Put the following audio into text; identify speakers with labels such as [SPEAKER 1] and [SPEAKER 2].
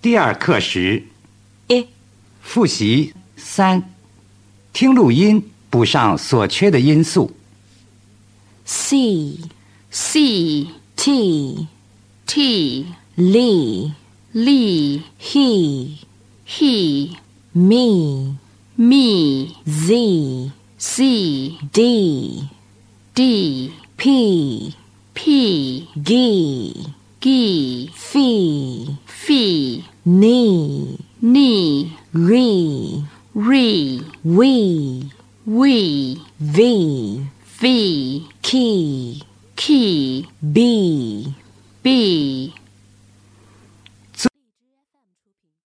[SPEAKER 1] 第二课时
[SPEAKER 2] 一、
[SPEAKER 1] 复习三，听录音补上所缺的音素。
[SPEAKER 2] C
[SPEAKER 3] C
[SPEAKER 2] T E,
[SPEAKER 3] T
[SPEAKER 2] Lee
[SPEAKER 3] Lee
[SPEAKER 2] He
[SPEAKER 3] He
[SPEAKER 2] Me
[SPEAKER 3] Me
[SPEAKER 2] Z
[SPEAKER 3] Z
[SPEAKER 2] D E.
[SPEAKER 3] D
[SPEAKER 2] P
[SPEAKER 3] P
[SPEAKER 2] G
[SPEAKER 3] G
[SPEAKER 2] Phi
[SPEAKER 3] Phi
[SPEAKER 2] Ni
[SPEAKER 3] Ni
[SPEAKER 2] Re
[SPEAKER 3] Re
[SPEAKER 2] We
[SPEAKER 3] We
[SPEAKER 2] V
[SPEAKER 3] V
[SPEAKER 2] Ki
[SPEAKER 3] Ki
[SPEAKER 2] B
[SPEAKER 3] B